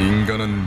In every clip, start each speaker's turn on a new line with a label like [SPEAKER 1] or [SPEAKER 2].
[SPEAKER 1] 인간은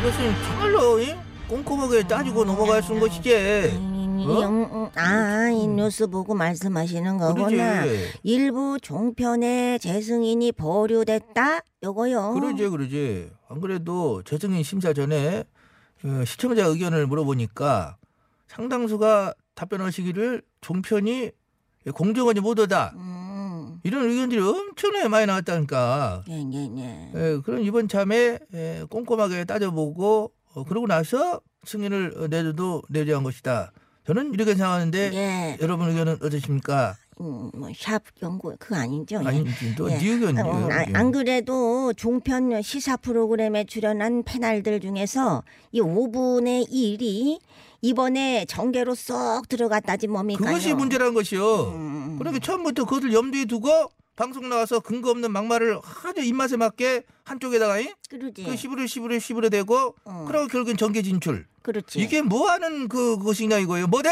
[SPEAKER 2] 이것은 정말로 이? 꼼꼼하게 따지고 넘어갈 수 있는 것이지. 어? 음.
[SPEAKER 3] 영, 아, 이 뉴스 보고 말씀하시는 거구나.
[SPEAKER 2] 그러지.
[SPEAKER 3] 일부 종편에 재승인이 보류됐다? 요거요.
[SPEAKER 2] 그러지 그러지. 안 그래도 재승인 심사 전에 어, 시청자 의견을 물어보니까 상당수가 답변하시기를 종편이 공정하지 못하다
[SPEAKER 3] 음,
[SPEAKER 2] 이런 의견들이 엄청나게 많이 나왔다니까.
[SPEAKER 3] 예, 예, 예.
[SPEAKER 2] 예, 그럼 이번 참에 예, 꼼꼼하게 따져보고 어, 그러고 나서 승인을 어, 내줘도 내줘야 한 것이다. 저는 이렇게 생각하는데
[SPEAKER 3] 예,
[SPEAKER 2] 여러분 의견은 어떠십니까?
[SPEAKER 3] 음, 뭐, 샵 연구, 그거 아니죠? 예.
[SPEAKER 2] 아니, 또
[SPEAKER 3] 예.
[SPEAKER 2] 네 의견이에요.
[SPEAKER 3] 어, 아,
[SPEAKER 2] 예.
[SPEAKER 3] 안 그래도 종편 시사 프로그램에 출연한 패널들 중에서 이 5분의 1이 이번에 정계로 쏙 들어갔다지 뭡니까?
[SPEAKER 2] 그것이 문제라는 것이요.
[SPEAKER 3] 음.
[SPEAKER 2] 그러니까 처음부터 그것을 염두에 두고 방송 나와서 근거 없는 막말을 아주 입맛에 맞게 한쪽에다가 잉?
[SPEAKER 3] 그러지.
[SPEAKER 4] 예.
[SPEAKER 2] 그 시부르 시부르 시부르 대고
[SPEAKER 3] 어.
[SPEAKER 2] 그러고 결국엔 정계 진출.
[SPEAKER 4] 예.
[SPEAKER 3] 그렇지.
[SPEAKER 2] 이게 뭐 하는 그 것이냐 이거예요. 뭐대?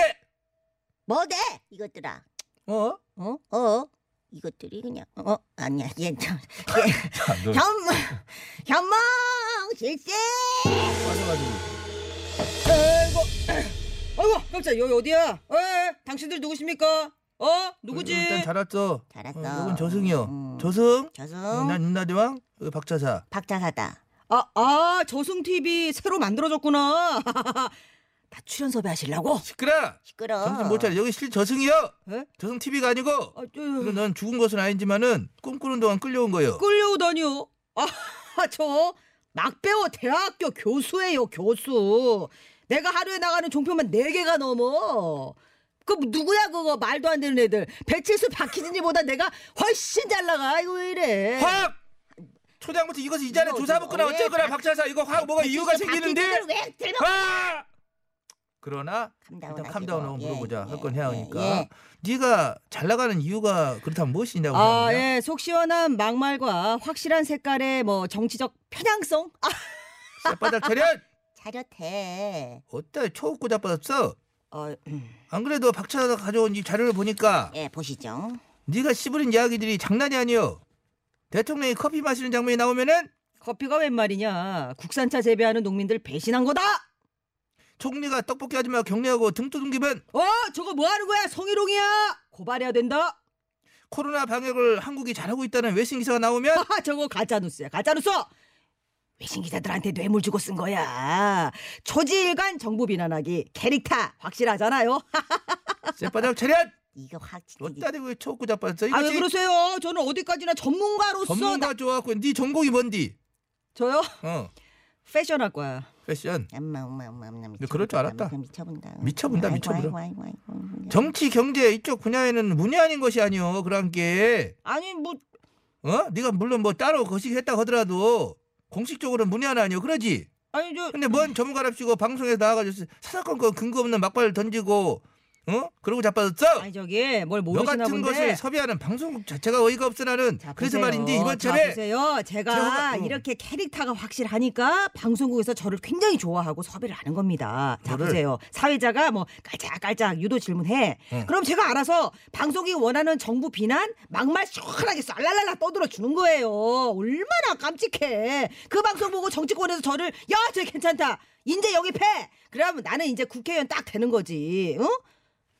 [SPEAKER 3] 뭐대 이것들아.
[SPEAKER 2] 어?
[SPEAKER 3] 어? 어? 이것들이 그냥 어 아니야 얘 참. 얘. 현몽 현몽 실세.
[SPEAKER 4] 아이고, 아이고, 깜짝 여기 어디야? 에, 당신들 누구십니까? 어, 누구지?
[SPEAKER 2] 일단 잘 왔어.
[SPEAKER 3] 잘했어.
[SPEAKER 2] 어, 이건 저승이요.
[SPEAKER 3] 음.
[SPEAKER 2] 저승.
[SPEAKER 4] 어?
[SPEAKER 3] 저승
[SPEAKER 2] 난 윤나대왕. 여기 박차사.
[SPEAKER 3] 박자사다.
[SPEAKER 4] 아, 아, 저승 TV 새로 만들어졌구나. 나 출연 섭외하시려고?
[SPEAKER 2] 시끄라.
[SPEAKER 3] 시끄러.
[SPEAKER 2] 아, 정신 못 차려. 여기 실 저승이요.
[SPEAKER 4] 에?
[SPEAKER 2] 저승 TV가 아니고.
[SPEAKER 4] 예? 아, 저,
[SPEAKER 2] 이건 난 죽은 것은 아니지만은 꿈꾸는 동안 끌려온 거예요.
[SPEAKER 4] 끌려오다니요. 아, 저 막배우 대학교 교수예요, 교수. 내가 하루에 나가는 종편만 네개가 넘어. 그 누구야 그거 말도 안 되는 애들 배칠수 박희진이보다 내가 훨씬 잘 나가 이거 왜 이래
[SPEAKER 2] 화학 초장부터 이것을 이자에
[SPEAKER 3] 이거
[SPEAKER 2] 조사 먹거나
[SPEAKER 3] 어디서
[SPEAKER 2] 어쨌거나
[SPEAKER 3] 왜
[SPEAKER 2] 박차사 이거 화학 뭐가 이유가 생기는데
[SPEAKER 3] 박기진을 왜 들고?
[SPEAKER 2] 화 그러나
[SPEAKER 3] 감다운
[SPEAKER 2] 일단 캄다운하고 물어보자 할 건 해야 하니까
[SPEAKER 3] 예,
[SPEAKER 2] 네가 잘 나가는 이유가 그렇다면 무엇이냐고
[SPEAKER 4] 아,
[SPEAKER 2] 생각하냐?
[SPEAKER 4] 예, 속 시원한 막말과 확실한 색깔의 뭐 정치적 편향성? 아,
[SPEAKER 2] 쌔바닥 차렷
[SPEAKER 3] 차렷해.
[SPEAKER 2] 어때 초급고 자빠졌어
[SPEAKER 4] 어, 음.
[SPEAKER 2] 안 그래도 박차사가 가져온 이 자료를 보니까
[SPEAKER 3] 예 보시죠.
[SPEAKER 2] 네가 씹으린 이야기들이 장난이 아니오 대통령이 커피 마시는 장면이 나오면은
[SPEAKER 4] 커피가 웬 말이냐? 국산차 재배하는 농민들 배신한 거다.
[SPEAKER 2] 총리가 떡볶이 아줌마 격려하고 등 뚜둔 기면
[SPEAKER 4] 어, 저거 뭐 하는 거야? 성희롱이야. 고발해야 된다.
[SPEAKER 2] 코로나 방역을 한국이 잘하고 있다는 외신 기사가 나오면
[SPEAKER 4] 하하, 아, 저거 가짜 뉴스야. 가짜 뉴스. 외신 기자들한테 뇌물 주고 쓴 거야. 초지일관 정부 비난하기 캐릭터 확실하잖아요.
[SPEAKER 2] 쌔바닥 차렷
[SPEAKER 3] 이거 확 진짜
[SPEAKER 2] 어따 대고 초고 자빠졌어
[SPEAKER 4] 아, 왜
[SPEAKER 2] 이거지
[SPEAKER 4] 그러세요? 저는 어디까지나 전문가로서 나...
[SPEAKER 2] 전문가 좋아갖고 네 전공이 뭔디
[SPEAKER 4] 저요
[SPEAKER 2] 어
[SPEAKER 4] 패션 할 거야.
[SPEAKER 2] 패션
[SPEAKER 3] 엄마 엄마 엄마 엄마 미쳐.
[SPEAKER 2] 네, 그럴 줄 알았다.
[SPEAKER 3] 미쳐본다.
[SPEAKER 2] 미쳐본다, 미쳐버려.
[SPEAKER 3] 아이고, 아이고, 아이고, 아이고.
[SPEAKER 2] 정치 경제 이쪽 분야에는 문이 아닌 것이 아니오 그런 게
[SPEAKER 4] 아니 뭐
[SPEAKER 2] 어? 네가 물론 뭐 따로 거식했다 하더라도 공식적으로는 문이 하나 아니오 그러지
[SPEAKER 4] 아니 저
[SPEAKER 2] 근데 뭔 전문가랍시고 방송에 나와가지고 사사건 건 근거 없는 막발 던지고 어? 그러고 자빠졌어
[SPEAKER 4] 아니 저기 뭘
[SPEAKER 2] 너
[SPEAKER 4] 모르시나
[SPEAKER 2] 같은
[SPEAKER 4] 본데.
[SPEAKER 2] 것을 섭외하는 방송국 자체가 어이가 없어 나는 음.
[SPEAKER 4] 자,
[SPEAKER 2] 그래서
[SPEAKER 4] 보세요.
[SPEAKER 2] 말인데 이번
[SPEAKER 4] 자,
[SPEAKER 2] 차례
[SPEAKER 4] 보세요. 제가
[SPEAKER 2] 제가, 음.
[SPEAKER 4] 이렇게 캐릭터가 확실하니까 방송국에서 저를 굉장히 좋아하고 섭외를 하는 겁니다. 자
[SPEAKER 2] 뭐를?
[SPEAKER 4] 보세요. 사회자가 뭐 깔짝깔짝 유도 질문해.
[SPEAKER 2] 응.
[SPEAKER 4] 그럼 제가 알아서 방송이 원하는 정부 비난 막말 시원하게 쌀랄랄라 떠들어 주는 거예요. 얼마나 깜찍해. 그 방송 보고 정치권에서 저를 야쟤 괜찮다. 인제 영입해. 그러면 나는 이제 국회의원 딱 되는 거지. 응?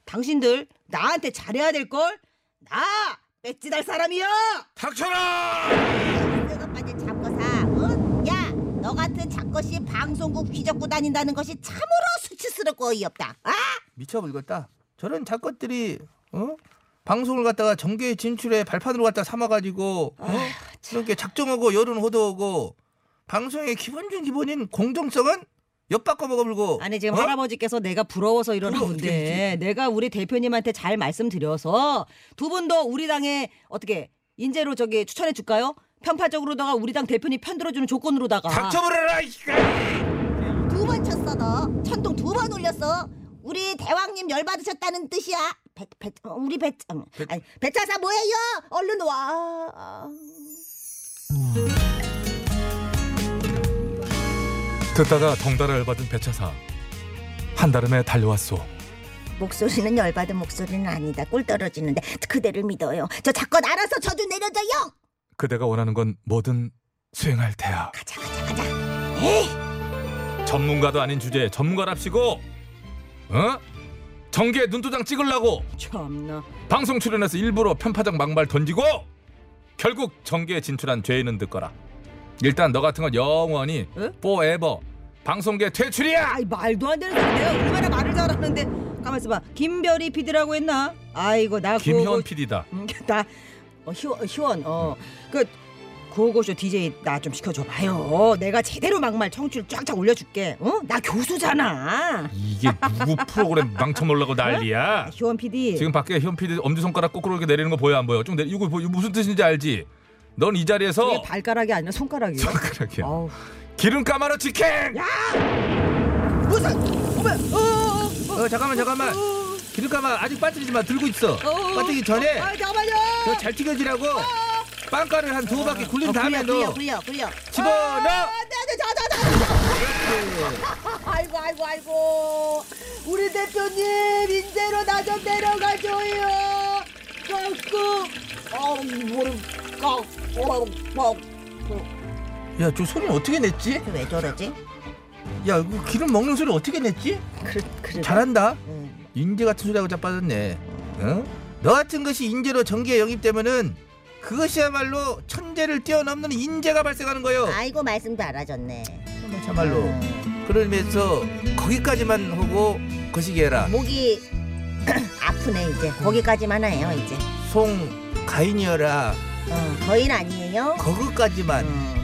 [SPEAKER 4] 당신들 나한테 잘해야 될 걸. 나 배지 달 사람이야.
[SPEAKER 2] 닥쳐라
[SPEAKER 3] 내가 빠진 잡거사. 어? 야, 너 같은 잡것이 방송국 휘젓고 다닌다는 것이 참으로 수치스럽고 어이없다. 아,
[SPEAKER 2] 미쳐 불겠다. 저런 작것들이 어? 방송을 갖다가 정계 진출의 발판으로 갖다 삼아가지고 어? 이렇게 작정하고 여론 호도하고 방송의 기본 중 기본인 공정성은 엿바꿔 먹어불고
[SPEAKER 4] 아니 지금
[SPEAKER 2] 어?
[SPEAKER 4] 할아버지께서 내가 부러워서 이러는
[SPEAKER 2] 부러워, 어떻게
[SPEAKER 4] 건데 내가 우리 대표님한테 잘 말씀드려서 두 분도 우리 당에 어떻게 인재로 저기 추천해 줄까요? 편파적으로다가 우리 당 대표님 편들어주는 조건으로다가
[SPEAKER 2] 닥쳐버려라 이까
[SPEAKER 3] 두 번 쳤어 너 천둥 두 번 울렸어 우리 대왕님 열 받으셨다는 뜻이야 배, 배, 어, 우리 배, 음, 아니, 배차사 뭐예요 얼른 와
[SPEAKER 5] 듣다가 덩달아 열받은 배차사 한달음에 달려왔소
[SPEAKER 3] 목소리는 열받은 목소리는 아니다 꿀 떨어지는데 그대를 믿어요 저 자꾸 알아서 저주 내려줘요
[SPEAKER 5] 그대가 원하는 건 뭐든 수행할 테야
[SPEAKER 3] 가자 가자 가자
[SPEAKER 5] 전문가도 아닌 주제에 전문가랍시고 어? 정계 눈도장 찍으려고
[SPEAKER 4] 참나
[SPEAKER 5] 방송 출연해서 일부러 편파적 막말 던지고 결국 정계에 진출한 죄인은 듣거라 일단 너 같은 건 영원히
[SPEAKER 4] 에?
[SPEAKER 5] forever 방송계 퇴출이야
[SPEAKER 4] 아이 말도 안 되는 소리 내가 얼마나 말을 잘하는데 가만 있어봐 김별이 피디라고 했나? 아이고 나
[SPEAKER 5] 김현
[SPEAKER 3] 뭐,
[SPEAKER 4] 구호고-
[SPEAKER 5] PD다
[SPEAKER 4] 음, 나 어, 희원, 희원 어그 구호고쇼 DJ 나 좀 시켜줘봐요 내가 제대로 막말 청취를 쫙쫙 올려줄게 어? 나 교수잖아
[SPEAKER 5] 이게 누구 프로그램 망쳐먹으려고 난리야
[SPEAKER 4] 희원 PD
[SPEAKER 5] 지금 밖에 현 PD 엄지손가락 거꾸로 이렇게 내리는 거 보여 안 보여? 좀 내, 이거 뭐- 이거 무슨 뜻인지 알지? 넌 이
[SPEAKER 4] 이게
[SPEAKER 5] 자리에서
[SPEAKER 4] 발가락이 아니라 손가락이야
[SPEAKER 5] 손가락이야.
[SPEAKER 4] 어우,
[SPEAKER 5] 기름감 하나 직행!
[SPEAKER 4] 무슨 어머 어어어
[SPEAKER 2] 어 잠깐만 잠깐만 기름가마 아직 빠뜨리지 마 들고 있어 어.
[SPEAKER 4] 어,
[SPEAKER 2] 빠뜨리기 전에
[SPEAKER 4] 아 잠깐만요
[SPEAKER 2] 너 잘 튀겨지라고 빵가루를 한 두 바퀴
[SPEAKER 4] 어,
[SPEAKER 2] 굴린 다음에
[SPEAKER 3] 굴려
[SPEAKER 2] 너
[SPEAKER 3] 굴려 굴려
[SPEAKER 2] 집어넣어
[SPEAKER 3] 안돼 자자자
[SPEAKER 4] 아이고 아이고 아이고 우리 대표님 인재로 나 좀 데려가줘요 꾹꾹 어 무릎 꾹꾹
[SPEAKER 2] 야저 소리 어떻게 냈지?
[SPEAKER 3] 왜 저러지
[SPEAKER 2] 야 이거 기름 먹는 소리 어떻게 냈지?
[SPEAKER 4] 그,
[SPEAKER 2] 잘한다 인재 같은 소리하고 자빠졌네 응? 너 같은 것이 인재로 전기에 영입되면은 그것이야말로 천재를 뛰어넘는 인재가 발생하는 거예요
[SPEAKER 3] 아이고 말씀 잘하셨네
[SPEAKER 2] 참말로 그러면서 거기까지만 하고 거시기 해라
[SPEAKER 3] 목이 아프네 이제 거기까지만 해요 이제
[SPEAKER 2] 송 가인이어라
[SPEAKER 3] 어, 거인 아니에요
[SPEAKER 2] 거기까지만
[SPEAKER 3] 음.